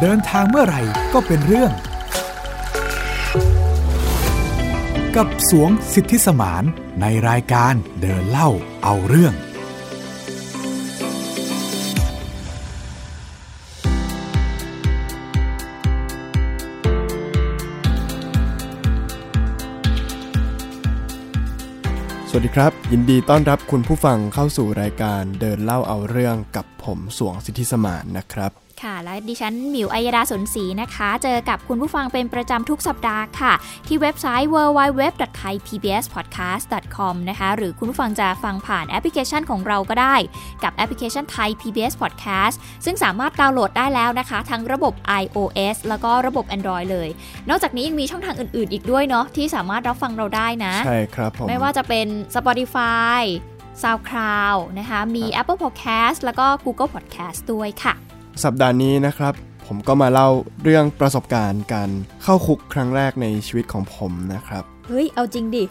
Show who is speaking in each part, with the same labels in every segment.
Speaker 1: เดินทางเมื่อไหร่ก็เป็นเรื่อง กับสวงสิทธิสมานในรายการเดินเล่าเอาเรื่อง
Speaker 2: สวัสดีครับ ยินดีต้อนรับคุณผู้ฟังเข้าสู่รายการเดินเล่าเอาเรื่องกับผมสวงสิทธิสมานนะครับ
Speaker 3: ค่ะและดิฉันหมิวอัยดาสนศรีนะคะ เจอกับคุณผู้ฟังเป็นประจำทุกสัปดาห์ค่ะ ที่เว็บไซต์ www.thaipbspodcast.com นะคะหรือคุณผู้ฟังจะฟังผ่านแอปพลิเคชันของเราก็ได้ กับแอปพลิเคชันไทย PBS Podcast ซึ่งสามารถดาวน์โหลดได้แล้วนะคะ ทั้งระบบ iOS แล้วก็ระบบ Android เลย นอกจากนี้ยังมีช่องทางอื่น ๆ อีกด้วยเนาะที่สามารถรับฟังเราได้นะ
Speaker 2: ใช่ครับผม
Speaker 3: ไม่ว่าจะเป็น Spotify SoundCloud นะคะมี Apple Podcast แล้วก็ Google Podcast ด้วยค่ะ
Speaker 2: สัปดาห์นี้นะครับ ผมก็มาเล่าเรื่องประสบการณ์การเข้าคุกครั้งแรกในชีวิตของผมนะครับ
Speaker 3: เฮ้ย เอาจริงดิ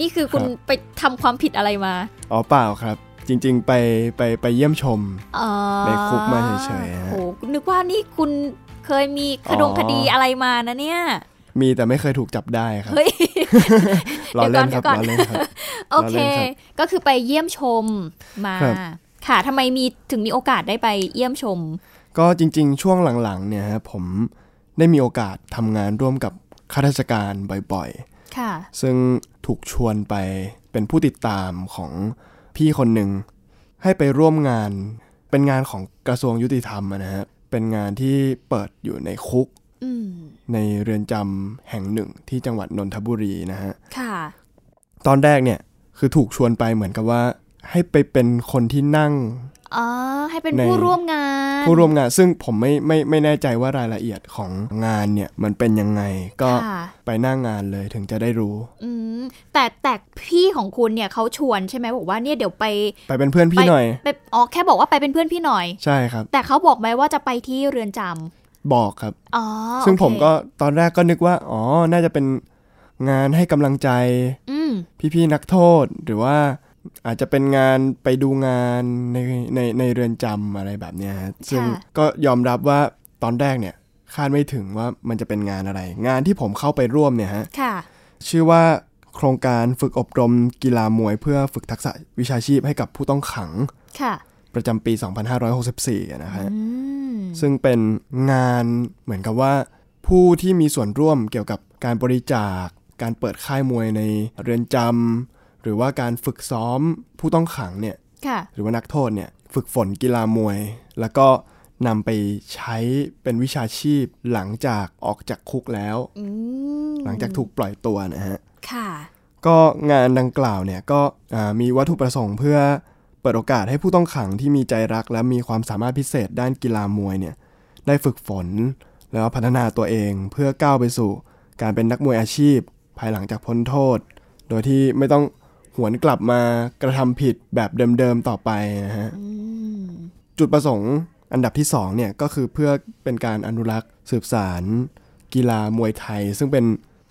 Speaker 3: นี่คือคุณ
Speaker 2: ครับ
Speaker 3: ไปทำความผิดอะไรมา
Speaker 2: อ๋อเปล่าครับ จริงๆ ไปไปไปเยี่ยมชม
Speaker 3: อ๋อ
Speaker 2: ไปคุกมาเฉยๆฮะ
Speaker 3: โอ้นึกว่านี่คุณเคยมีคดง
Speaker 2: อ๋อ
Speaker 3: คดีอะไรมานะเนี่ย
Speaker 2: มีแต่ไม่เคยถูกจับได้ครับ
Speaker 3: เฮ้ย
Speaker 2: ล้อเล่นครับ
Speaker 3: เดี๋ยวก่อน
Speaker 2: ล้อเล่น ครับ
Speaker 3: โอเค
Speaker 2: เราเล่นครับ
Speaker 3: ก็คือไปเยี่ยมชมมา
Speaker 2: ครับ
Speaker 3: ค่ะทำไมมีถึงมีโอกาสได้ไปเยี่ยมชม
Speaker 2: ก็จริงๆ ช่วงหลังๆ เนี่ยฮะผมได้มีโอกาสทำงานร่วมกับข้าราชการบ่อยๆ
Speaker 3: ค่ะ
Speaker 2: ซึ่งถูกชวนไปเป็นผู้ติดตามของพี่คนหนึ่ง ให้ไปร่วมงานเป็นงานของกระทรวงยุติธรรมอะนะฮะเป็นงานที่เปิดอยู่ในคุก
Speaker 3: อืม
Speaker 2: ในเรือนจำแห่งหนึ่งที่จังหวัดนนทบุรีนะฮะ
Speaker 3: ค่ะ
Speaker 2: ตอนแรกเนี่ยคือถูกชวนไปเหมือนกับว่า ให้ไปเป็นคนที่นั่ง
Speaker 3: อ๋อ ให้เป็น
Speaker 2: ใน
Speaker 3: ผู้ร่วมงาน
Speaker 2: ผู้ร่วมงาน ซึ่งผมไม่ไม่ไม่แน่ใจว่ารายละเอียดของงานเนี่ยมันเป็นยังไงก็
Speaker 3: ค่ะ
Speaker 2: ไปหน้างงานเลยถึงจะได้รู้
Speaker 3: อืม แต่แต่พี่ของคุณเนี่ยเขาชวนใช่ไหมบอกว่าเนี่ยเดี๋ยวไป
Speaker 2: ไปเป็นเพื่อนพี่หน่อย
Speaker 3: ไปอ๋อแค่บอกว่าไปเป็นเพื่อนพี่หน่อย
Speaker 2: ใช่ครับ
Speaker 3: แต่เขาบอกไหมว่าจะไปที่เรือนจำ
Speaker 2: บอกครับ
Speaker 3: อ๋อ
Speaker 2: ซึ่ง
Speaker 3: โอเค
Speaker 2: ผมก็ตอนแรกก็นึกว่า อ๋อ น่าจะเป็นงานให้กำลังใจ
Speaker 3: อืม
Speaker 2: พี่ๆนักโทษ หรือว่าอาจจะเป็นงานไปดูงานในในในเรือนจำอะไรแบบเนี้ยฮะซึ่งก็ยอมรับว่าตอนแรกเนี่ยคาดไม่ถึงว่ามันจะเป็นงานอะไร งานที่ผมเข้าไปร่วมเนี่ยฮะ
Speaker 3: ค่ะ
Speaker 2: ชื่อว่าโครงการฝึกอบรมกีฬามวยเพื่อฝึกทักษะวิชาชีพให้กับผู้ต้องขัง
Speaker 3: ค่ะ
Speaker 2: ประจำปี 2564อะนะฮะ
Speaker 3: อืม
Speaker 2: ซึ่งเป็นงานเหมือนกับว่า ผู้ที่มีส่วนร่วมเกี่ยวกับการบริจาค การเปิดค่ายมวยในเรือนจำหรือว่าการฝึกซ้อมผู้ต้องขังเนี่ย
Speaker 3: ค่ะ
Speaker 2: หรือว่านักโทษเนี่ยฝึกฝนกีฬามวย แล้วก็นำไปใช้เป็นวิชาชีพหลังจากออกจากคุกแล้ว
Speaker 3: อืม
Speaker 2: หลังจากถูกปล่อยตัวนะฮะ
Speaker 3: ค่ะ
Speaker 2: ก็งานดังกล่าวเนี่ยก็อ่ามีวัตถุประสงค์เพื่อเปิดโอกาสให้ผู้ต้องขังที่มีใจรัก และมีความสามารถพิเศษด้านกีฬามวยเนี่ยได้ฝึกฝนแล้วพัฒนาตัวเองเพื่อก้าวไปสู่ การเป็นนักมวยอาชีพ ภายหลังจากพ้นโทษ โดยที่ไม่ต้องหวนกลับมากระทำผิดแบบเดิมๆต่อไปนะฮะ
Speaker 3: อืม
Speaker 2: จุดประสงค์อันดับที่2เนี่ยก็คือเพื่อเป็นการอนุรักษ์สืบสารกีฬามวยไทย ซึ่งเป็น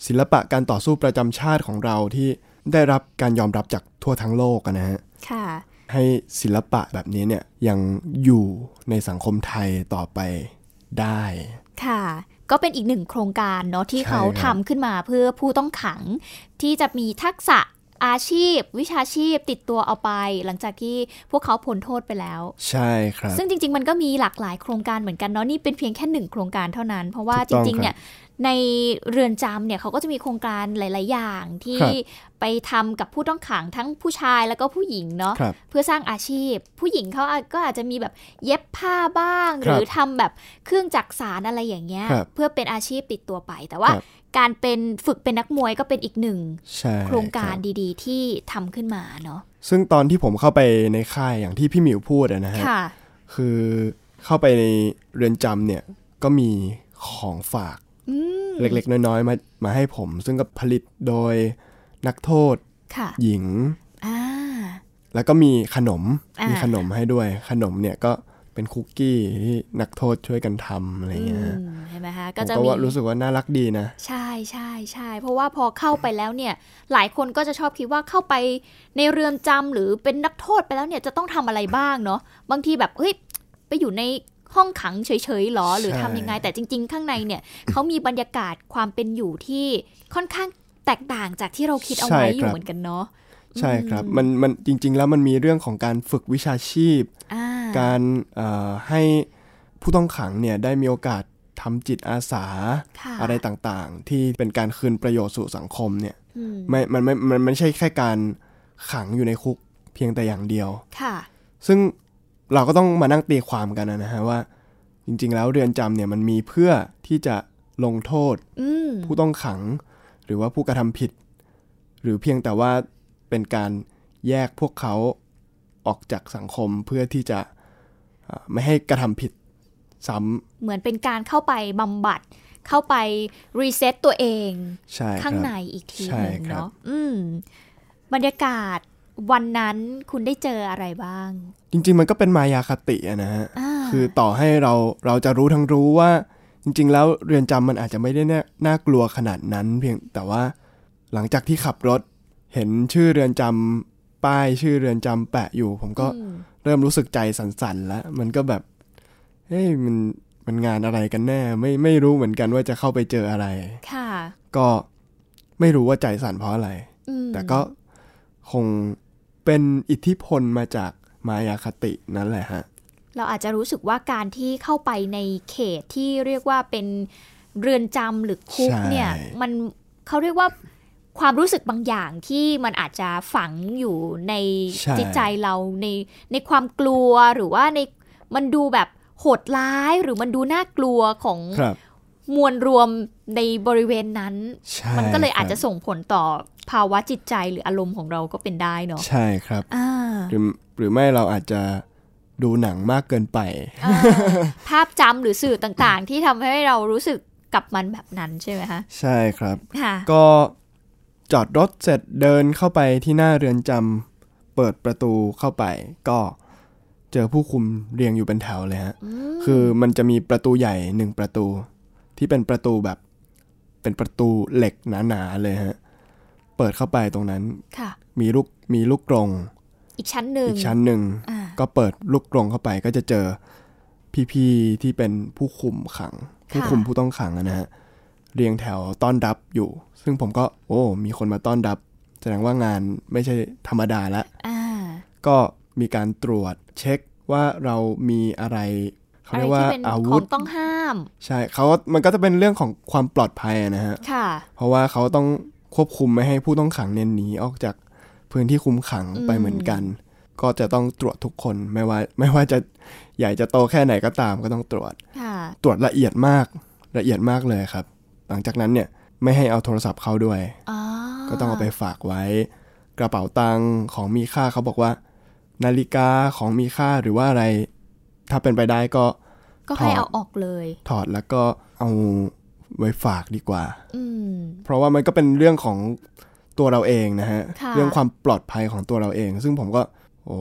Speaker 2: ศิลปะการต่อสู้ประจำชาติของเราที่ได้รับการยอมรับจากทั่วทั้งโลกอะนะฮะ
Speaker 3: ค่ะ
Speaker 2: ให้ศิลปะแบบนี้เนี่ยยังอยู่ในสังคมไทยต่อไปได้
Speaker 3: ค่ะ ก็เป็นอีกหนึ่งโครงการเนาะที่
Speaker 2: ใช่
Speaker 3: เขา
Speaker 2: ครับ
Speaker 3: ทำขึ้นมาเพื่อผู้ต้องขัง ที่จะมีทักษะอาชีพ วิชาชีพติดตัวเอาไป หลังจากที่พวกเขาพ้นโทษไปแล้ว
Speaker 2: ใช่ครับ
Speaker 3: ซึ่งจริง ๆ มันก็มีหลากหลายโครงการเหมือนกันเนาะนี่เป็นเพียงแค่หนึ่งโครงการเท่านั้น เพราะว่า
Speaker 2: ถู
Speaker 3: จ
Speaker 2: กต้อง
Speaker 3: ริง ๆ เนี่ยในเรือนจำเนี่ยเขาก็จะมีโครงการหลาย ๆ อย่างที่
Speaker 2: ครับ
Speaker 3: ไปทำกับผู้ต้องขังทั้งผู้ชายแล้วก็ผู้หญิงเนาะ
Speaker 2: ครับ
Speaker 3: เพื่อสร้างอาชีพ ผู้หญิงเขาอาจก็อาจจะมีแบบเย็บผ้าบ้าง
Speaker 2: ครับ
Speaker 3: หรือทำแบบเครื่องจักสารอะไรอย่างเงี้ย
Speaker 2: ครับ
Speaker 3: เพื่อเป็นอาชีพติดตัวไป แต่ว่า
Speaker 2: ครับ
Speaker 3: การเป็นฝึกเป็นนักมวยก็เป็นอีกหนึ่ง
Speaker 2: ใช่
Speaker 3: โครงการ
Speaker 2: บ
Speaker 3: ดีๆ ที่ทำขึ้นมาเนาะ
Speaker 2: ซึ่งตอนที่ผมเข้าไปในค่ายอย่างที่พี่หมิวพูดอะนะฮะ
Speaker 3: ค่ะ
Speaker 2: คือเข้าไปในเรือนจำเนี่ยก็มีของฝากเล็กๆ น้อยๆมามาให้ผม ซึ่งก็ผลิตโดยนักโทษ
Speaker 3: ค่ะ
Speaker 2: หญิง
Speaker 3: อ่า
Speaker 2: แล้วก็มีขนม
Speaker 3: อ่ามี
Speaker 2: มีขนมให้ด้วย ขนมเนี่ยก็เป็นคุกกี้ที่นักโทษช่วยกันทำอะไรอย่างเงี้ย
Speaker 3: อื
Speaker 2: ฮะ
Speaker 3: มเห็นไหมคะ
Speaker 2: ผ
Speaker 3: ก็
Speaker 2: ม
Speaker 3: จะ
Speaker 2: ก็
Speaker 3: มี
Speaker 2: ว่ารู้สึกว่าน่ารักดีนะ
Speaker 3: ใช่ใช่ใช่เพราะว่าพอเข้าไปแล้วเนี่ย หลายคนก็จะชอบคิดว่าเข้าไปในเรือนจำหรือเป็นนักโทษไปแล้วเนี่ยจะต้องทำอะไรบ้างเนาะบางทีแบบเฮ้ยไปอยู่ใน ห้องขังเฉยๆหรอ หรือ
Speaker 2: ใช่
Speaker 3: ทำยังไงแต่จริง ๆ ข้างในเนี่ย เขามีบรรยากาศความเป็นอยู่ที่ค่อนข้างแตกต่างจากที่เราคิดเอาไว้อยู่เหมือนกันเนาะ
Speaker 2: ใช่ครับมันมันจริง ๆ แล้วมันมีเรื่องของการฝึกวิชาชีพ
Speaker 3: อ่า
Speaker 2: การเอ่อให้ผู้ต้องขังเนี่ยได้มีโอกาสทำจิตอาสา
Speaker 3: ค่ะ
Speaker 2: อะไรต่างๆ ที่เป็นการคืนประโยชน์สู่สังคมเนี่ย
Speaker 3: อืม
Speaker 2: ไม่มันไม่มันไม่ใช่แค่การขังอยู่ในคุกเพียงแต่อย่างเดียว
Speaker 3: ค่ะ
Speaker 2: ซึ่งเราก็ต้องมานั่งตีความกันนะฮะว่า จริง ๆ แล้วเรือนจำเนี่ยมันมีเพื่อที่จะลงโทษ
Speaker 3: อืม
Speaker 2: ผู้ต้องขัง หรือว่าผู้กระทำผิด หรือเพียงแต่ว่าเป็นการแยกพวกเขาออกจากสังคมเพื่อที่จะเอ่อไม่ให้กระทำผิดซ้
Speaker 3: เหมือนเป็นการเข้าไปบำบัด เข้าไปรีเซ็ตตัวเอง
Speaker 2: ำใช่ค
Speaker 3: ข้าง
Speaker 2: รับ
Speaker 3: ในอีกทีหนึ่ง
Speaker 2: ใช่ครับ
Speaker 3: เนาะอืม บรรยากาศวันนั้นคุณได้เจออะไรบ้าง
Speaker 2: จริง ๆ มันก็เป็นมายาคติอะนะฮะ
Speaker 3: อ่า
Speaker 2: คือต่อให้เราเราจะรู้ทั้งรู้ว่า จริง ๆ แล้วเรือนจำมันอาจจะไม่ได้น่าน่ากลัวขนาดนั้น เพียงแต่ว่าหลังจากที่ขับรถ เห็นชื่อเรือนจำป้ายชื่อเรือนจำแปะอยู่ ผมก็
Speaker 3: อืม
Speaker 2: เริ่มรู้สึกใจสั่นๆแล้ว มันก็แบบเฮ้ยมันมันงานอะไรกันแน่ ไม่ไม่รู้เหมือนกันว่าจะเข้าไปเจออะไร
Speaker 3: ค่ะ
Speaker 2: ก็ไม่รู้ว่าใจสั่นเพราะอะไร
Speaker 3: อืม
Speaker 2: แต่ก็คงเป็นอิทธิพลมาจากมายาคตินั่นแหละฮะ
Speaker 3: เราอาจจะรู้สึกว่าการที่เข้าไปในเขตที่เรียกว่าเป็นเรือนจำหรือคุก
Speaker 2: ใช่
Speaker 3: เนี่ย มันเขาเรียกว่าความรู้สึกบางอย่างที่มันอาจจะฝังอยู่ใน
Speaker 2: ใช่
Speaker 3: จิตใจเราในในความกลัวหรือว่าในมันดูแบบโหดร้ายหรือมันดูน่ากลัวของ
Speaker 2: ครับ
Speaker 3: มวลรวมในบริเวณนั้น
Speaker 2: ใช่
Speaker 3: มันก็เลยอาจจะ
Speaker 2: ครับ
Speaker 3: ส่งผลต่อภาวะจิตใจหรืออารมณ์ของเราก็เป็นได้เนาะ
Speaker 2: ใช่ครับ
Speaker 3: อ่า
Speaker 2: หรือหรือไม่เราอาจจะดูหนังมากเกินไป
Speaker 3: อ่าภาพจำหรือสื่อต่างๆ ที่ทำให้เรารู้สึกกับมันแบบนั้นใช่ไหมคะ
Speaker 2: ใช่ครับ
Speaker 3: ค่ะ
Speaker 2: ก็จอดรถเสร็จเดินเข้าไปที่หน้าเรือนจำเปิดประตูเข้าไป ก็เจอผู้คุมเรียงอยู่เป็นแถวเลยฮะคือมันจะมีประตูใหญ่หนึ่งประตู ที่เป็นประตูแบบเป็นประตูเหล็กหนาๆเลยฮะเปิดเข้าไปตรงนั้น
Speaker 3: ค่ะ
Speaker 2: มีลูกมีลูกกรง
Speaker 3: อีกชั้นหนึ่ง
Speaker 2: อีกชั้นหนึ่ง
Speaker 3: อ่า
Speaker 2: ก็เปิดลูกกรงเข้าไปก็จะเจอพี่ๆที่เป็นผู้คุมขัง ผู้คุมผู้ต้องขังอะนะฮะเรียงแถวต้อนรับอยู่ ซึ่งผมก็โอ้มีคนมาต้อนรับ แสดงว่างานไม่ใช่ธรรมดาละ
Speaker 3: อ่า
Speaker 2: ก็มีการตรวจเช็คว่าเรามีอะไรเขา
Speaker 3: อะไร
Speaker 2: เรียกว่า
Speaker 3: ที่เป็น
Speaker 2: อา
Speaker 3: ข
Speaker 2: วุ
Speaker 3: อ
Speaker 2: ธ
Speaker 3: งต้องห้าม
Speaker 2: ใช่เขามันก็จะเป็นเรื่องของความปลอดภัยอะนะฮะ
Speaker 3: ค่ะ
Speaker 2: เพราะว่าเขาต้องควบคุมไม่ให้ผู้ต้องขังเนี่ยหนีออกจากพื้นที่คุมขังไปเหมือนกัน ก็จะต้องตรวจทุกคนไม่ว่าไม่ว่าจะใหญ่จะโตแค่ไหนก็ตามก็ต้องตรวจ
Speaker 3: ค่ะ
Speaker 2: ตรวจละเอียดมากละเอียดมากเลยครับ หลังจากนั้นเนี่ยไม่ให้เอาโทรศัพท์เข้าด้วย
Speaker 3: อ๋อ
Speaker 2: ก็ต้องเอาไปฝากไว้ กระเป๋าตังค์ของมีค่าเขาบอกว่า นาฬิกาของมีค่าหรือว่าอะไร ถ้าเป็นไปได้ก็
Speaker 3: ก็ให้
Speaker 2: ถอด
Speaker 3: เอาออกเลย
Speaker 2: ถอดแล้วก็เอาไว้ฝากดีกว่า
Speaker 3: อืม
Speaker 2: เพราะว่ามันก็เป็นเรื่องของตัวเราเองนะฮะ
Speaker 3: ค่ะ
Speaker 2: เรื่องความปลอดภัยของตัวเราเอง ซึ่งผมก็ โอ้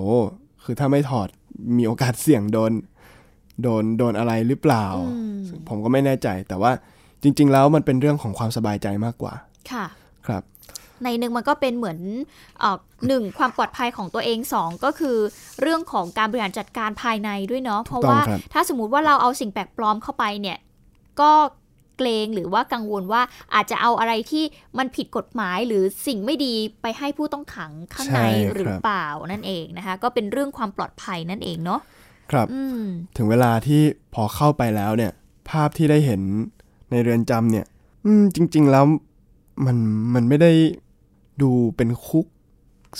Speaker 2: คือถ้าไม่ถอดมีโอกาสเสี่ยงโดน โดนโดนอะไรหรือเปล่า
Speaker 3: อืม
Speaker 2: ผมก็ไม่แน่ใจ แต่ว่าจริง ๆ แล้วมันเป็นเรื่องของความสบายใจมากกว่า
Speaker 3: ค่ะ
Speaker 2: ครับ
Speaker 3: ในหนึ่งมันก็เป็นเหมือนเออหนึ่งความปลอดภัยของตัวเองสองก็คือเรื่องของการบริหารจัดการภายในด้วยเนาะเพราะว่า
Speaker 2: ครับ
Speaker 3: ถ้าสมมติว่าเราเอาสิ่งแปลกปลอมเข้าไปเนี่ยก็เกรงหรือว่ากังวลว่าอาจจะเอาอะไรที่มันผิดกฎหมายหรือสิ่งไม่ดีไปให้ผู้ต้องขังข้างใน
Speaker 2: ใช่ครับ
Speaker 3: หรือเปล่านั่นเองนะคะ ก็เป็นเรื่องความปลอดภัยนั่นเองเนาะ
Speaker 2: ครับ
Speaker 3: อืม
Speaker 2: ถึงเวลาที่พอเข้าไปแล้วเนี่ย ภาพที่ได้เห็นในเรือนจำเนี่ย อืม จริง ๆ แล้วมันมันไม่ได้ดูเป็นคุก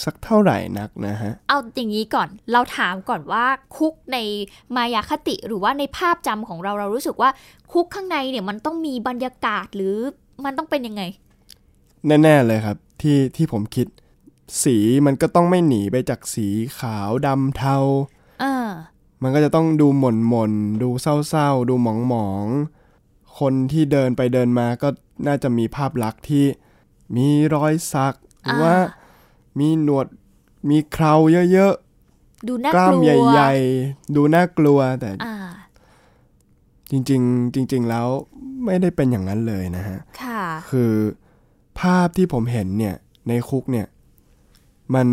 Speaker 2: สักเท่าไหร่นักนะฮะ
Speaker 3: เอาอย่างนี้ก่อนเราถามก่อนว่าคุกในมายาคติหรือว่าในภาพจำของเราเรารู้สึกว่าคุกข้างในเนี่ยมันต้องมีบรรยากาศหรือมันต้องเป็นยังไง
Speaker 2: แน่ๆเลยครับที่ที่ผมคิด สีมันก็ต้องไม่หนีไปจากสีขาวดำเทา
Speaker 3: เออ
Speaker 2: มันก็จะต้องดูหม่นๆ ดูเศร้าๆ ดูหมองๆ คนที่เดินไปเดินมาก็น่าจะมีภาพลักษณ์ที่มีรอยสัก หรือว่ามีหนวดมีเคราเยอะ
Speaker 3: ดูน่า
Speaker 2: ๆ
Speaker 3: ก
Speaker 2: กล้าม
Speaker 3: ลัว
Speaker 2: ใหญ่ๆ ดูน่ากลัวแต่
Speaker 3: อ่า
Speaker 2: จริงๆ จริง ๆ แล้วไม่ได้เป็นอย่างนั้นเลยนะฮะ
Speaker 3: ค่ะ
Speaker 2: คือภาพที่ผมเห็นเนี่ยในคุกเนี่ยมัน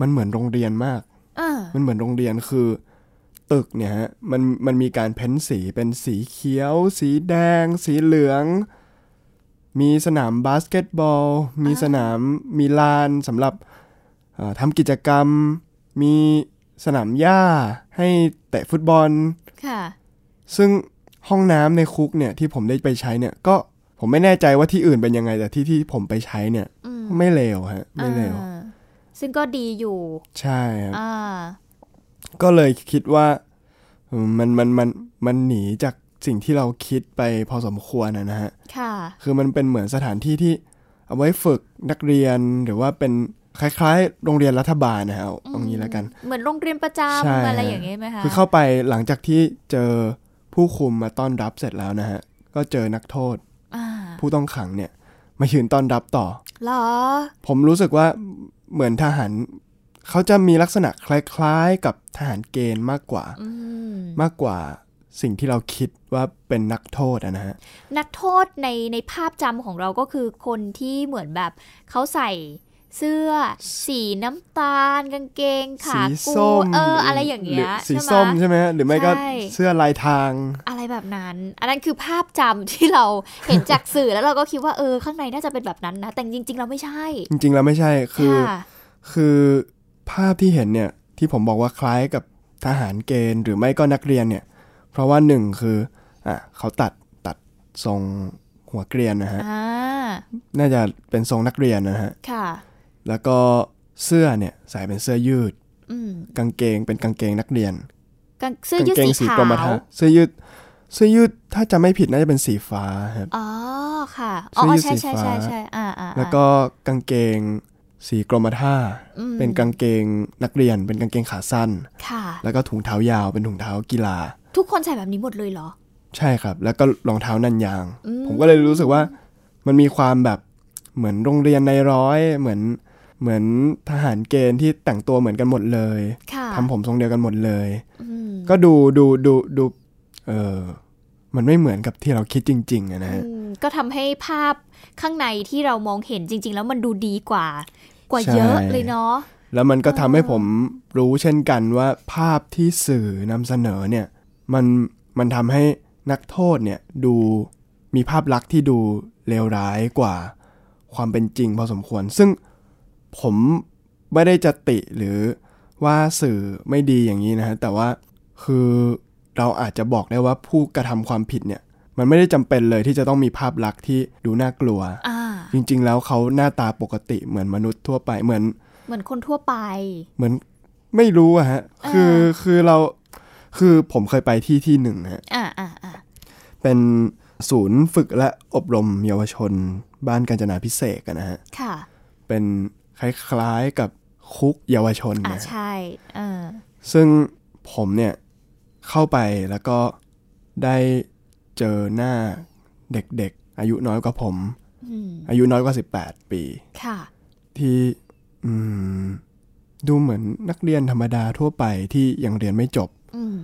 Speaker 2: มันเหมือนโรงเรียนมาก
Speaker 3: เออ
Speaker 2: มันเหมือนโรงเรียนคือ ตึกเนี่ยฮะมันมันมีการเพ้นสีเป็นสีเขียว สีแดง สีเหลือง มีสนามบาสเกตบอล มีสนามมีลานสำหรับเอ่อทำกิจกรรม มีสนามหญ้าให้เตะฟุตบอล
Speaker 3: ค่ะ
Speaker 2: ซึ่งห้องน้ำในคุกเนี่ยที่ผมได้ไปใช้เนี่ยก็ผมไม่แน่ใจว่าที่อื่นเป็นยังไง แต่ที่ที่ผมไปใช้เนี่ย
Speaker 3: อืม
Speaker 2: ไม่เลวฮะไม่เลว
Speaker 3: อ่าซึ่งก็ดีอยู่
Speaker 2: ใช่ครับ
Speaker 3: อ่า
Speaker 2: ก็เลยคิดว่าเออมันมันมันมันหนีจากสิ่งที่เราคิดไปพอสมควรนะนะฮะ
Speaker 3: ค่ะ
Speaker 2: คือมันเป็นเหมือนสถานที่ที่เอาไว้ฝึกนักเรียนหรือว่าเป็นคล้ายๆ โรงเรียนรัฐบาลนะฮะเอาเอางี้แล้วกัน
Speaker 3: เหมือนโรงเรียนประจ
Speaker 2: ใช่
Speaker 3: ำอะไรอย่างเงี้ยไหมคะ
Speaker 2: คือเข้าไปหลังจากที่เจอผู้คุมมาต้อนรับเสร็จแล้วนะฮะ ก็เจอนักโทษ
Speaker 3: อ่า
Speaker 2: ผู้ต้องขังเนี่ย มายืนต้อนรับต่อ
Speaker 3: เหรอ
Speaker 2: ผมรู้สึกว่าเหมือนทหารเขาจะมีลักษณะคล้ายๆ กับทหารเกณฑ์มากกว่า
Speaker 3: อืม
Speaker 2: มากกว่าสิ่งที่เราคิดว่าเป็นนักโทษอะนะฮะ
Speaker 3: นักโทษในในภาพจำของเราก็คือคนที่เหมือนแบบเขาใส่เสื้อ สีน้ำตาล กางเกง
Speaker 2: สี
Speaker 3: ขากู
Speaker 2: ส้ม
Speaker 3: เอออะไรอย่าง
Speaker 2: หรื
Speaker 3: เงี้ย
Speaker 2: สี
Speaker 3: ใช่ไหม
Speaker 2: ส้มใช่ไหมฮะหรือไม่ก็
Speaker 3: ใช่
Speaker 2: เสื้อลายทาง
Speaker 3: อะไรแบบนั้น อันนั้นคือภาพจำที่เราเห็นจากสื่อแล้วเราก็คิดว่าเออข้างในน่าจะเป็นแบบนั้นนะ แต่จริง ๆ เราไม่ใช่
Speaker 2: จริงๆแล้วไม่ใช่คือ
Speaker 3: ค่ะ
Speaker 2: คือภาพที่เห็นเนี่ยที่ผมบอกว่าคล้ายกับทหารเกณฑ์ หรือไม่ก็นักเรียนเนี่ย เพราะว่าหนึ่งคืออ่ะเขาตัดตัดทรงหัวเกรียนนะฮะ
Speaker 3: อ่า
Speaker 2: น่าจะเป็นทรงนักเรียนนะฮะ
Speaker 3: ค่ะ
Speaker 2: แล้วก็เสื้อเนี่ยใส่เป็นเสื้อยืด
Speaker 3: อืม
Speaker 2: กางเกงเป็นกางเกงนักเรียน
Speaker 3: กางเสื้อก
Speaker 2: าง
Speaker 3: ยืด
Speaker 2: เกง
Speaker 3: สี
Speaker 2: สี
Speaker 3: ขาก
Speaker 2: รมธร
Speaker 3: ว
Speaker 2: รม์เสื้อยืดเสื้อยืดถ้าจะไม่ผิดน่าจะเป็นสีฟ้าครับ
Speaker 3: อ๋อค่ะอ๋ออ๋อใช่ใช่
Speaker 2: เสื้
Speaker 3: ใช่
Speaker 2: อยืดสีฟ้า
Speaker 3: ใช่อ่าอ่าอ่า
Speaker 2: แล้วก็กางเกงสีกรมท่า
Speaker 3: อืม
Speaker 2: เป็นกางเกงนักเรียน เป็นกางเกงขาสั้น
Speaker 3: ค่ะ
Speaker 2: แล้วก็ถุงเท้ายาวเป็นถุงเท้ากีฬา
Speaker 3: ทุกคนใส่แบบนี้หมดเลยเหรอ
Speaker 2: ใช่ครับ แล้วก็รองเท้านันยาง
Speaker 3: อืม
Speaker 2: ผมก็เลยรู้สึกว่ามันมีความแบบเหมือนโรงเรียนในร้อยเหมือนเหมือนทหารเกณฑ์ที่แต่งตัวเหมือนกันหมดเลย
Speaker 3: ค่ะ
Speaker 2: ทำผมทรงเดียวกันหมดเลย
Speaker 3: อืม
Speaker 2: ก็ดูดูดูดูเออมันไม่เหมือนกับที่เราคิดจริงๆอะนะฮะ
Speaker 3: อืมก็ทำให้ภาพข้างในที่เรามองเห็นจริง ๆ แล้วมันดูดีกว่า กว่า
Speaker 2: ใช่
Speaker 3: เยอะเลยเนาะ
Speaker 2: แล้วมันก็ทำให้ผมรู้เช่นกันว่าภาพที่สื่อนำเสนอเนี่ยมันมันทำให้นักโทษเนี่ยดูมีภาพลักษณ์ที่ดูเลวร้ายกว่าความเป็นจริงพอสมควร ซึ่งผมไม่ได้จะติหรือว่าสื่อไม่ดีอย่างนี้นะฮะแต่ว่าคือเราอาจจะบอกได้ว่าผู้กระทำความผิดเนี่ยมันไม่ได้จำเป็นเลยที่จะต้องมีภาพลักษณ์ที่ดูน่ากลัว
Speaker 3: อ่า
Speaker 2: จริงๆ แล้วเขาหน้าตาปกติเหมือนมนุษย์ทั่วไปเหมือน
Speaker 3: เหมือนคนทั่วไป
Speaker 2: เหมือนไม่รู้อะฮะ
Speaker 3: อ่า
Speaker 2: คือคือเราคือผมเคยไปที่ที่หนึ่งฮะ
Speaker 3: อ่าอ่าอ่า
Speaker 2: เป็นศูนย์ฝึกและอบรมเยาวชน บ้านกาญจนาพิเศษกอะนะฮะ
Speaker 3: ค่ะ
Speaker 2: เป็นคล้ายๆกับคุกเยาวชน
Speaker 3: อ่า
Speaker 2: นะฮะ
Speaker 3: ใช่เออ
Speaker 2: ซึ่งผมเนี่ยเข้าไปแล้วก็ได้เจอหน้าเด็กๆ อายุน้อยกว่าผม
Speaker 3: อืม
Speaker 2: อายุน้อยกว่า 18 ปี
Speaker 3: ค่ะ
Speaker 2: ที่อืมดูเหมือนนักเรียนธรรมดาทั่วไปที่ยังเรียนไม่จบ
Speaker 3: อืม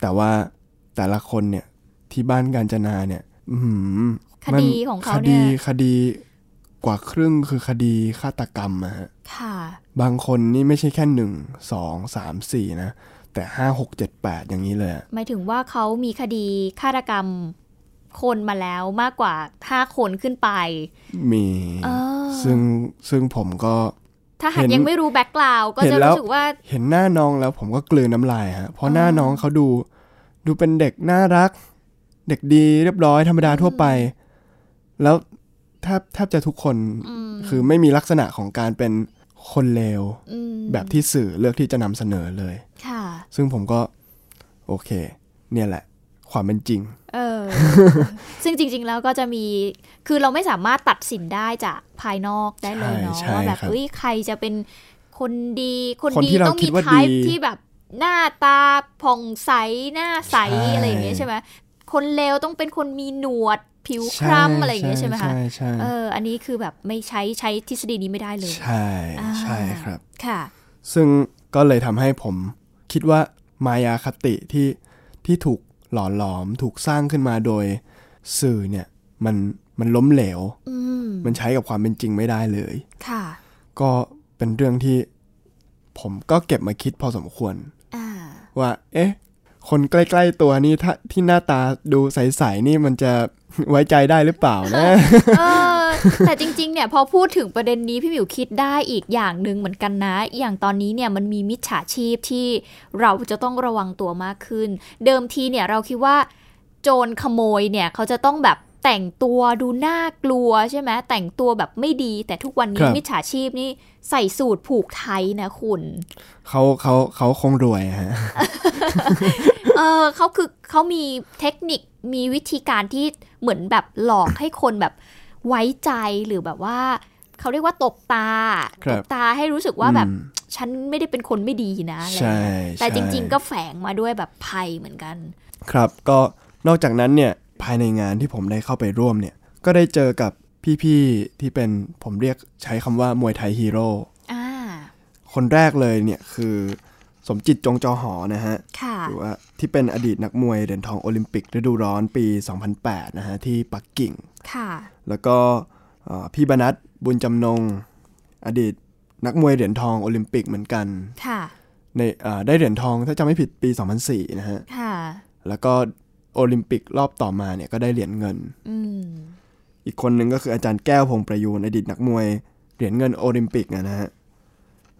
Speaker 2: แต่ว่าแต่ละคนเนี่ยที่บ้านการจนาเนี่ย อื้อหือ
Speaker 3: คดีของเขา
Speaker 2: ค
Speaker 3: เนี่
Speaker 2: ดี
Speaker 3: ย
Speaker 2: คดีกว่าครึ่งคือคดีฆาตกรรมอะฮะ
Speaker 3: ค่ะ
Speaker 2: บางคนนี่ไม่ใช่แค่หนึ่งสองสามสี่นะ แต่ห้าหกเจ็ดแปดอย่างนี้เลยอะ
Speaker 3: หมายถึงว่าเขามีคดีฆาตกรรมคนมาแล้วมากกว่าห้าคนขึ้นไป
Speaker 2: มี
Speaker 3: เออ
Speaker 2: ซึ่งซึ่งผมก็
Speaker 3: ถ้าหาก
Speaker 2: เห็น
Speaker 3: ยังไม่รู้แบ็กกราวก็
Speaker 2: เห็น
Speaker 3: จะ
Speaker 2: แล้ว
Speaker 3: รู้สึกว่า
Speaker 2: เห็นหน้าน้องแล้วผมก็กลืนน้ำลายฮะเพราะหน้า
Speaker 3: อ๋อ
Speaker 2: น้องเขาดู ดูเป็นเด็กน่ารัก เด็กดีเรียบร้อยธรรมดาทั่วไป แล้วแทบแทบจะทุกคน
Speaker 3: อืม
Speaker 2: คือไม่มีลักษณะของการเป็นคนเลว
Speaker 3: ม
Speaker 2: แบบที่สื่อเลือกที่จะนำเสนอเลย
Speaker 3: ค่ะ
Speaker 2: ซึ่งผมก็โอเค เนี่ยแหละ ความเป็นจริง
Speaker 3: เอ อ ซึ่งจริง ๆ แล้วก็จะมี คือเราไม่สามารถตัดสินได้จากภายนอกได้เลยเนาะ
Speaker 2: ใช่ใช่
Speaker 3: ว่าแบบ
Speaker 2: ครับ
Speaker 3: เอ้ยใครจะเป็นคนดีคน
Speaker 2: คน
Speaker 3: ดี
Speaker 2: ที่เรา
Speaker 3: ต้อง
Speaker 2: คิ
Speaker 3: มี
Speaker 2: ดว่า
Speaker 3: ทาย
Speaker 2: ดี
Speaker 3: ที่แบบหน้าตาผ่องใสหน้าใส
Speaker 2: ใช่
Speaker 3: อะไรอย่างเงี้ยใช่ไหมคนเลวต้องเป็นคนมีหนวดผิวคล้ำอะไรอย่างเงี้ยใช่ไหมคะ
Speaker 2: ใช่ใช่
Speaker 3: เออ อันนี้คือแบบไม่ใช้ใช้ทฤษฎีนี้ไม่ได้เลย
Speaker 2: ใช่
Speaker 3: อ่า
Speaker 2: ใช่ครับ
Speaker 3: ค่ะ
Speaker 2: ซึ่งก็เลยทำให้ผมคิดว่ามายาคติที่ที่ถูกหล่อหลอมถูกสร้างขึ้นมาโดยสื่อเนี่ยมันมันล้มเหลว
Speaker 3: อืม
Speaker 2: มันใช้กับความเป็นจริงไม่ได้เลย
Speaker 3: ค่ะ
Speaker 2: ก็เป็นเรื่องที่ผมก็เก็บมาคิดพอสมควร
Speaker 3: อ่า
Speaker 2: ว่า เอ๊ะ คนใกล้ ๆ ตัวนี่ถ้าที่หน้าตาดูใสๆนี่มันจะ ไว้ใจได้หรือเปล่านะ
Speaker 3: เออ แต่จริง ๆ เนี่ยพอพูดถึงประเด็นนี้พี่หมิวคิดได้อีกอย่างหนึ่งเหมือนกันนะ อย่างตอนนี้เนี่ยมันมีมิจฉาชีพที่เราจะต้องระวังตัวมากขึ้น เดิมทีเนี่ยเราคิดว่าโจรขโมยเนี่ยเขาจะต้องแบบแต่งตัวดูน่ากลัวใช่ไหมแต่งตัวแบบไม่ดี แต่ทุกวัน
Speaker 2: ค
Speaker 3: นี้
Speaker 2: รับ
Speaker 3: มิจฉาชีพนี่ใส่สูตรผูกไทยนะคุณ
Speaker 2: เขาเขาเขาคงรวยฮะ
Speaker 3: เออเขาคือเขามีเทคนิคมีวิธีการที่เหมือนแบบหลอกให้คนแบบไว้ใจหรือแบบว่า เขาเรียกว่าตบตา
Speaker 2: ครั
Speaker 3: ต
Speaker 2: บ
Speaker 3: บตาให้รู้สึกว่าแบบ
Speaker 2: อืม
Speaker 3: ฉันไม่ได้เป็นคนไม่ดีนะอะไร
Speaker 2: ใช่
Speaker 3: เงี้ยแต่
Speaker 2: ใช่
Speaker 3: จริง ๆ ก็แฝงมาด้วยแบบภัยเหมือนกัน
Speaker 2: ครับ ก็นอกจากนั้นเนี่ยภายในงานที่ผมได้เข้าไปร่วมเนี่ย ก็ได้เจอกับพี่ๆที่เป็นผมเรียกใช้คำว่ามวยไทยฮีโร่
Speaker 3: อ่า
Speaker 2: คนแรกเลยเนี่ยคือสมจิตจงจอหอนะฮะ
Speaker 3: ค่ะ
Speaker 2: หรือว่าที่เป็นอดีตนักมวยเหรียญทองโอลิมปิกฤดูร้อนปี 2008 นะฮะ ที่ปักกิ่ง
Speaker 3: ค่ะ
Speaker 2: แล้วก็เอ่อพี่บรรณัทบุญจำนง อดีตนักมวยเหรียญทองโอลิมปิกเหมือนกัน
Speaker 3: ค่ะ
Speaker 2: ในเอ่อได้เหรียญทองถ้าจำไม่ผิดปี 2004 นะฮะ
Speaker 3: ค่ะ
Speaker 2: แล้วก็โอลิมปิกรอบต่อมาเนี่ยก็ได้เหรียญเงิน
Speaker 3: อืม
Speaker 2: อีกคนหนึ่งก็คืออาจารย์แก้วพงประยูนอดีตนักมวยเหรียญเงินโอลิมปิกนะฮะ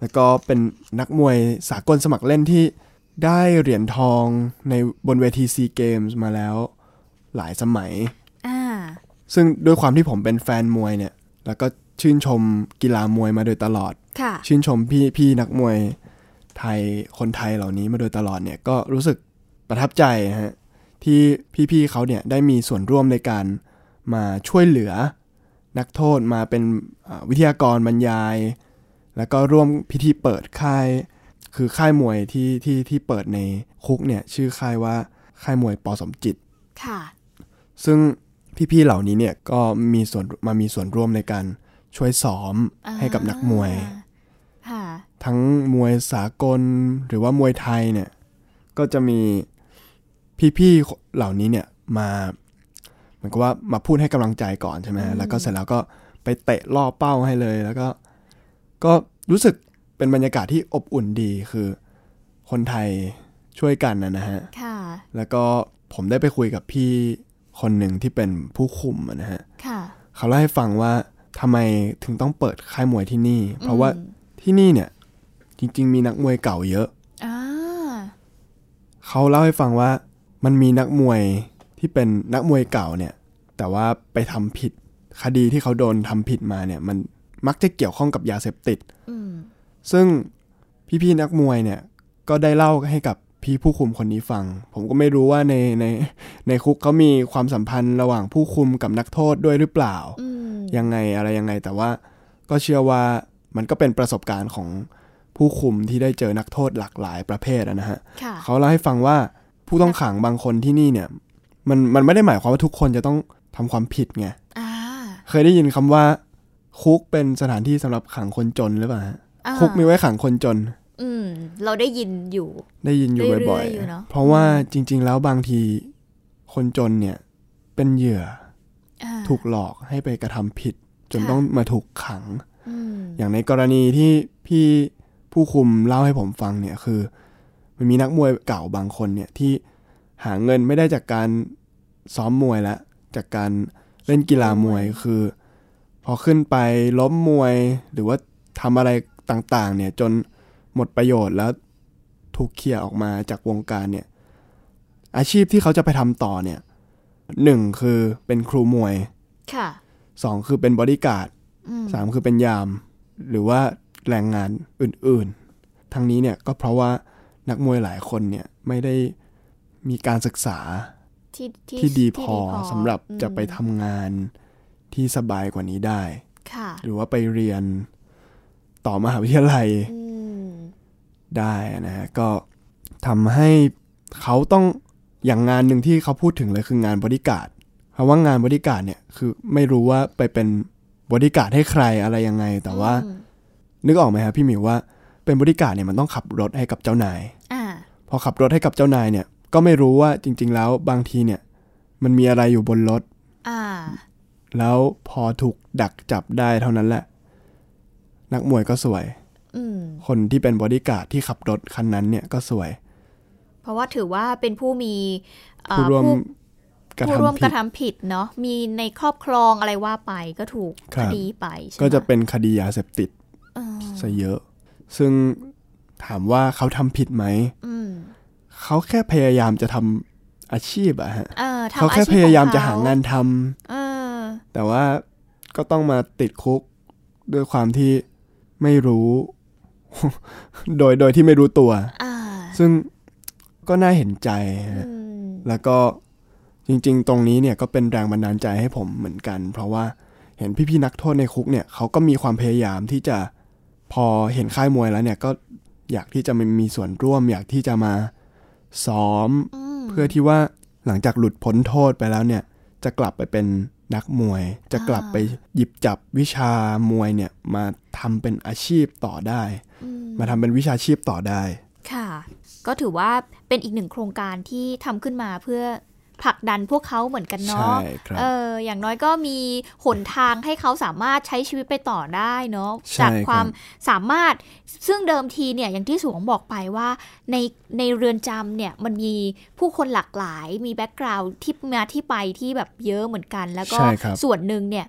Speaker 2: แล้วก็เป็นนักมวยสากลสมัครเล่นที่ได้เหรียญทองในบนเวทีซีเกมส์มาแล้วหลายสมัย
Speaker 3: อ่า
Speaker 2: ซึ่งด้วยความที่ผมเป็นแฟนมวยเนี่ย แล้วก็ชื่นชมกีฬามวยมาโดยตลอด
Speaker 3: ค่ะ
Speaker 2: ชื่นชมพี่พี่นักมวยไทยคนไทยเหล่านี้มาโดยตลอดเนี่ยก็รู้สึกประทับใจนะฮะที่พี่ๆเขาเนี่ยได้มีส่วนร่วมในการมาช่วยเหลือ นักโทษมาเป็นอ่าวิทยากรบรรยาย แล้วก็ร่วมพิธีเปิดค่าย คือค่ายมวยที่ที่ที่เปิดในคุกเนี่ยชื่อค่ายว่าค่ายมวยปอสมจิต
Speaker 3: ค่ะ
Speaker 2: ซึ่งพี่ๆเหล่านี้เนี่ยก็มีส่วนมามีส่วนร่วมในการช่วยซ้อมให้กับนักมวย
Speaker 3: ค่ะ
Speaker 2: ทั้งมวยสากลหรือว่ามวยไทยเนี่ย ก็จะมีพี่ๆเหล่านี้เนี่ยมาเหมือนกับว่ามาพูดให้กำลังใจก่อนใช่ไหม
Speaker 3: อืม
Speaker 2: แล้วก็เสร็จแล้วก็ไปเตะล่อเป้าให้เลย แล้วก็ก็รู้สึกเป็นบรรยากาศที่อบอุ่นดีคือคนไทยช่วยกันนะนะฮะ
Speaker 3: ค่ะ
Speaker 2: แล้วก็ผมได้ไปคุยกับพี่คนหนึ่งที่เป็นผู้คุมอะนะฮะ
Speaker 3: ค่ะ
Speaker 2: เขาเล่าให้ฟังว่าทำไมถึงต้องเปิดค่ายมวยที่นี่ เพราะว่า
Speaker 3: อืม
Speaker 2: ที่นี่เนี่ยจริง ๆ มีนักมวยเก่าเยอะ
Speaker 3: อ่า
Speaker 2: เขาเล่าให้ฟังว่ามันมีนักมวยที่เป็นนักมวยเก่าเนี่ย แต่ว่าไปทำผิดคดีที่เขาโดนทำผิดมาเนี่ย มันมักจะเกี่ยวข้องกับยาเสพติด
Speaker 3: อืม
Speaker 2: ซึ่งพี่ๆนักมวยเนี่ยก็ได้เล่าให้กับพี่ผู้คุมคนนี้ฟัง ผมก็ไม่รู้ว่าในในในคุกเขามีความสัมพันธ์ระหว่างผู้คุมกับนักโทษด้วยหรือเปล่า
Speaker 3: อืม
Speaker 2: ยังไงอะไรยังไงแต่ว่าก็เชื่อว่ามันก็เป็นประสบการณ์ของผู้คุมที่ได้เจอนักโทษหลากหลายประเภทอะนะฮะ
Speaker 3: ค่ะ
Speaker 2: เขาเล่าให้ฟังว่าผู้ต้องขังบางคนที่นี่เนี่ยมันมันไม่ได้หมายความว่าทุกคนจะต้องทำความผิดไง
Speaker 3: อ่า
Speaker 2: เคยได้ยินคำว่า คุกเป็นสถานที่สำหรับขังคนจนหรือเปล่าฮะ
Speaker 3: อ่า
Speaker 2: คุกมีไว้ขังคนจน
Speaker 3: อืม เราได้ยินอยู่
Speaker 2: ได้ยินอยู่บ่อย
Speaker 3: เรื่อยๆอยู่เนอะ
Speaker 2: ๆ เพราะว่าจริง ๆ แล้วบางทีคนจนเนี่ยเป็นเหยื่อ
Speaker 3: อ่า
Speaker 2: ถูกหลอกให้ไปกระทำผิด จน
Speaker 3: ค่ะ
Speaker 2: ต้องมาถูกขัง
Speaker 3: อืม
Speaker 2: อย่างในกรณีที่พี่ผู้คุมเล่าให้ผมฟังเนี่ยคือ มันมีนักมวยเก่าบางคนเนี่ยที่หาเงินไม่ได้จากการซ้อมมวยละจากการเล่นกีฬามวยคือ พอขึ้นไปล้มมวยหรือว่าทำอะไรต่างๆ เนี่ยจนหมดประโยชน์แล้วถูกเคลียร์ออกมาจากวงการเนี่ย อาชีพที่เขาจะไปทำต่อเนี่ยหนึ่งคือเป็นครูมวย
Speaker 3: ค่ะ
Speaker 2: สองคือเป็นบอดี้การ์ด
Speaker 3: อืม
Speaker 2: สามคือเป็นยาม หรือว่าแรงงานอื่นๆ ทั้งนี้เนี่ยก็เพราะว่านักมวยหลายคนเนี่ยไม่ได้มีการศึกษา
Speaker 3: ที่
Speaker 2: ที่ดีพอ
Speaker 3: ที่
Speaker 2: สำหรับจะไป
Speaker 3: อืม
Speaker 2: ทำงานที่สบายกว่านี้ได้
Speaker 3: ค่ะ
Speaker 2: หรือว่าไปเรียนต่อมหาวิทยาลัย
Speaker 3: อืม
Speaker 2: ได้นะฮะก็ทำให้เขาต้องอย่างงานหนึ่งที่เขาพูดถึงเลยคืองานบริการดเพราะว่างานบริการดเนี่ยคือไม่รู้ว่าไปเป็นบริการดให้ใครอะไรยังไงแต่ว่า
Speaker 3: อืม
Speaker 2: นึกออกไหมครับพี่หมิวว่าเป็นบริการดเนี่ยมันต้องขับรถให้กับเจ้านาย
Speaker 3: อ่า
Speaker 2: พอขับรถให้กับเจ้านายเนี่ยก็ไม่รู้ว่าจริง ๆ แล้วบางทีเนี่ยมันมีอะไรอยู่บนรถ
Speaker 3: อ่า
Speaker 2: แล้วพอถูกดักจับได้เท่านั้นแหละ นักมวยก็สวย
Speaker 3: อืม
Speaker 2: คนที่เป็นบริการดที่ขับรถคันนั้นเนี่ยก็สวย
Speaker 3: เพราะว่าถือว่าเป็นผู้มีเอ่อ
Speaker 2: ผู้ร่วม
Speaker 3: ผู้
Speaker 2: กระ
Speaker 3: ผู้ร่วม
Speaker 2: ทำ
Speaker 3: ก
Speaker 2: ผิด
Speaker 3: ระทำผิดเนาะมีในครอบครองอะไรว่าไปก็ถูก
Speaker 2: ครั
Speaker 3: ค
Speaker 2: บ
Speaker 3: ดีไปใช่ไหม
Speaker 2: ก็จะเป็นคดียาเสพติด
Speaker 3: เออ
Speaker 2: ซะเยอะ ซึ่งถามว่าเขาทำผิดไหม
Speaker 3: อืม
Speaker 2: เขาแค่พยายามจะทำอาชีพอะฮะ
Speaker 3: เออทำ
Speaker 2: เขา
Speaker 3: อา
Speaker 2: แค่
Speaker 3: ชีพ
Speaker 2: พยายาม
Speaker 3: ขอ
Speaker 2: จะหางานท
Speaker 3: เออ
Speaker 2: ำแต่ว่าก็ต้องมาติดคุกด้วยความที่ไม่รู้ โดยโดยที่ไม่รู้ตัว
Speaker 3: อ่า
Speaker 2: ซึ่งก็น่าเห็นใจฮะ
Speaker 3: อืม
Speaker 2: แล้วก็จริง ๆ ตรงนี้เนี่ยก็เป็นแรงบันดาลใจให้ผมเหมือนกัน เพราะว่าเห็นพี่ๆนักโทษในคุกเนี่ยเขาก็มีความพยายามที่จะพอเห็นค่ายมวยแล้วเนี่ยก็อยากที่จะมามีส่วนร่วม อยากที่จะมาซ้อม
Speaker 3: อืม
Speaker 2: เพื่อที่ว่าหลังจากหลุดพ้นโทษไปแล้วเนี่ย จะกลับไปเป็นนักมวย จะกลับไปหยิบจับวิชามวยเนี่ยมาทำเป็นอาชีพต่อได้ มาทำเป็นวิชาชีพต่อได้
Speaker 3: ค่ะ ก็ถือว่าเป็นอีกหนึ่งโครงการที่ทำขึ้นมาเพื่อผลักดันพวกเขาเหมือนกัน
Speaker 2: ใช่
Speaker 3: เนาะ
Speaker 2: ครับ
Speaker 3: เอออย่างน้อยก็มีหนทางให้เขาสามารถใช้ชีวิตไปต่อได้เนาะ
Speaker 2: ใช่
Speaker 3: จากความ
Speaker 2: ครั
Speaker 3: สามารถซึ่งเดิมทีเนี่ยอย่างที่สวงบอกไปว่าในในเรือนจำเนี่ยมันมีผู้คนหลากหลาย มีแบ็กกราวด์ที่มาที่ไปที่แบบเยอะเหมือนกัน แล้วก็
Speaker 2: ใช่ครับ
Speaker 3: ส่วนหนึ่งเนี่ย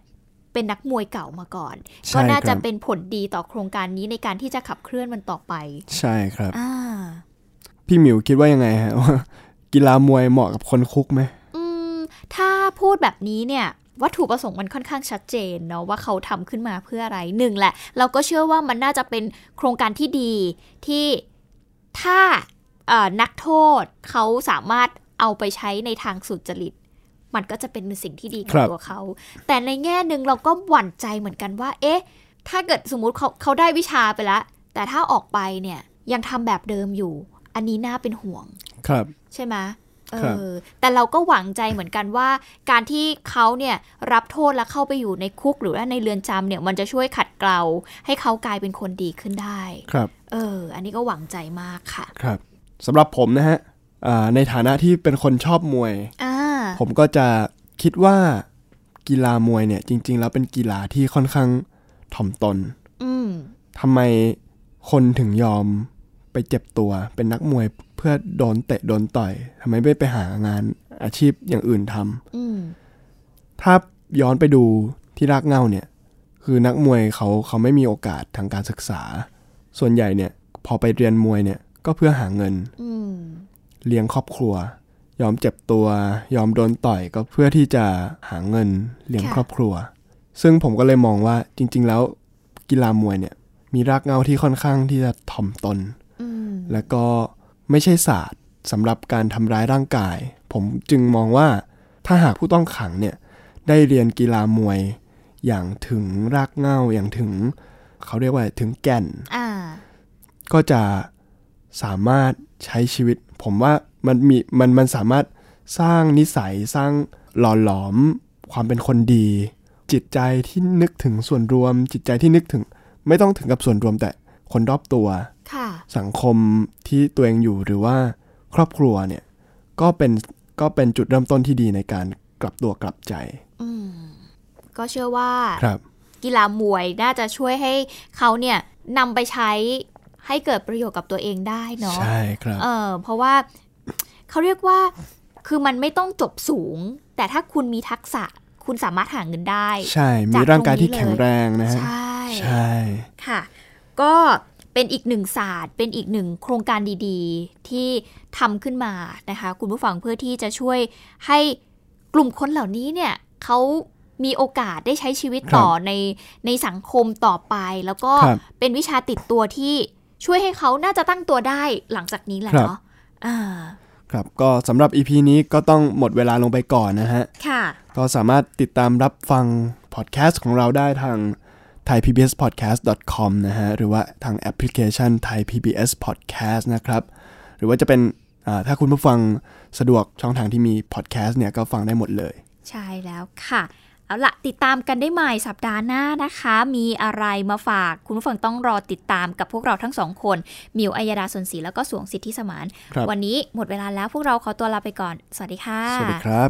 Speaker 3: เป็นนักมวยเก่ามาก่อน
Speaker 2: ใช่
Speaker 3: ก็น่า
Speaker 2: ครั
Speaker 3: จะ
Speaker 2: บ
Speaker 3: เป็นผลดีต่อโครงการนี้ในการที่จะขับเคลื่อนมันต่อไป
Speaker 2: ใช่ครับ
Speaker 3: อ่า
Speaker 2: พี่หมิวคิดว่ายังไงฮะ ว่ากีฬามวยเหมาะกับคนคุกไหม
Speaker 3: อืม ถ้าพูดแบบนี้เนี่ย วัตถุประสงค์มันค่อนข้างชัดเจนเนาะว่าเขาทำขึ้นมาเพื่ออะไรหนึ่งแหละ เราก็เชื่อว่ามันน่าจะเป็นโครงการที่ดีที่ถ้าเอ่อนักโทษเขาสามารถเอาไปใช้ในทางสุจริต มันก็จะเป็นสิ่งที่ดี
Speaker 2: ครั
Speaker 3: กับบ ตัวเขา แต่ในแง่หนึ่งเราก็หวั่นใจเหมือนกันว่า เอ๊ะ ถ้าเกิดสมมุติเขาเขาได้วิชาไปแล้ว แต่ถ้าออกไปเนี่ยยังทำแบบเดิมอยู่ อันนี้น่าเป็นห่วง
Speaker 2: ครับ
Speaker 3: ใช่ไหมเอ
Speaker 2: ครับ
Speaker 3: อ แต่เราก็หวังใจเหมือนกันว่า การที่เขาเนี่ยรับโทษแล้วเข้าไปอยู่ในคุกหรือว่าในเรือนจำเนี่ยมันจะช่วยขัดเกลาให้เขากลายเป็นคนดีขึ้นได้
Speaker 2: ครับ
Speaker 3: เออ อันนี้ก็หวังใจมากค่ะ
Speaker 2: ครับสำหรับผมนะฮะอ่าในฐานะที่เป็นคนชอบมวย
Speaker 3: อ่า
Speaker 2: ผมก็จะคิดว่ากีฬามวยเนี่ยจริง ๆ แล้วเป็นกีฬาที่ค่อนข้างถ่อมตน
Speaker 3: อืม
Speaker 2: ทำไมคนถึงยอมไปเจ็บตัวเป็นนักมวยเพื่อโดนเตะโดนต่อยทำไมไม่ไปหางานอาชีพอย่างอื่นท
Speaker 3: อืม
Speaker 2: ำถ้าย้อนไปดูที่รากเหง้าเนี่ย คือนักมวยเขาเขาไม่มีโอกาสทางการศึกษา ส่วนใหญ่เนี่ยพอไปเรียนมวยเนี่ยก็เพื่อหาเงิน
Speaker 3: อืม
Speaker 2: เลี้ยงครอบครัว ยอมเจ็บตัวยอมโดนต่อยก็เพื่อที่จะหาเงินเลี้ยง
Speaker 3: ค่ะ
Speaker 2: ครอบครัว ซึ่งผมก็เลยมองว่าจริง ๆ แล้วกีฬามวยเนี่ยมีรากเหง้าที่ค่อนข้างที่จะถ่อมตน
Speaker 3: อืม
Speaker 2: แล้วก็ไม่ใช่ศาสตร์สำหรับการทำร้ายร่างกาย ผมจึงมองว่าถ้าหากผู้ต้องขังเนี่ยได้เรียนกีฬามวย อย่างถึงรากเหง้าอย่างถึง เขาเรียกว่าถึงแก่น
Speaker 3: อ่า
Speaker 2: ก็จะสามารถใช้ชีวิต ผมว่ามันมีมันมันสามารถสร้างนิสัยสร้างหล่อหลอม ความเป็นคนดี จิตใจที่นึกถึงส่วนรวม จิตใจที่นึกถึง ไม่ต้องถึงกับส่วนรวมแต่คนรอบตัว
Speaker 3: ค่ะ
Speaker 2: สังคมที่ตัวเองอยู่หรือว่าครอบครัวเนี่ยก็เป็นก็เป็นจุดเริ่มต้นที่ดีในการกลับตัวกลับใจ
Speaker 3: อืม ก็เชื่อว่า
Speaker 2: ครับ
Speaker 3: กีฬามวยน่าจะช่วยให้เขาเนี่ยนำไปใช้ให้เกิดประโยชน์กับตัวเองได้เนาะ
Speaker 2: ใช่ครับ
Speaker 3: เออเพราะว่า เขาเรียกว่าคือมันไม่ต้องจบสูง แต่ถ้าคุณมีทักษะ คุณสามารถหาเงินได้
Speaker 2: ใช่มีร่างกายที่แข็งแรงนะฮะ
Speaker 3: ใช่
Speaker 2: ใช่
Speaker 3: ค่ะ ก็เป็นอีกหนึ่งศาสตร์ เป็นอีกหนึ่งโครงการดีๆ ที่ทำขึ้นมานะคะ คุณผู้ฟังเพื่อที่จะช่วยให้กลุ่มคนเหล่านี้เนี่ยเขามีโอกาสได้ใช้ชีวิตต่อในในสังคมต่อไป แล้วก็
Speaker 2: ครับ
Speaker 3: เป็นวิชาติดตัวที่ช่วยให้เขาน่าจะตั้งตัวได้หลังจากนี้แหละ
Speaker 2: ครับ
Speaker 3: เนาะอ่า
Speaker 2: ครับก็สำหรับ EP นี้ก็ต้องหมดเวลาลงไปก่อนนะฮะ
Speaker 3: ค่ะ
Speaker 2: ก็สามารถติดตามรับฟังพอดแคสต์ของเราได้ทาง thaipbspodcast.com นะฮะ หรือว่าทางแอปพลิเคชัน Thai PBS Podcast นะครับ หรือว่าจะเป็นอ่าถ้าคุณผู้ฟังสะดวกช่องทางที่มีพอดแคสต์เนี่ย ก็ฟังได้หมดเลย
Speaker 3: ใช่แล้วค่ะ เอาละติดตามกันได้ใหม่สัปดาห์หน้านะคะ มีอะไรมาฝาก คุณผู้ฟังต้องรอติดตามกับพวกเราทั้งสองคนหมิวอัยดาสนศรีแล้วก็สวงสิทธิสมาน
Speaker 2: ครับ
Speaker 3: วันนี้หมดเวลาแล้วพวกเราขอตัวลาไปก่อน สวัสดีค่ะ
Speaker 2: สวัสดีครับ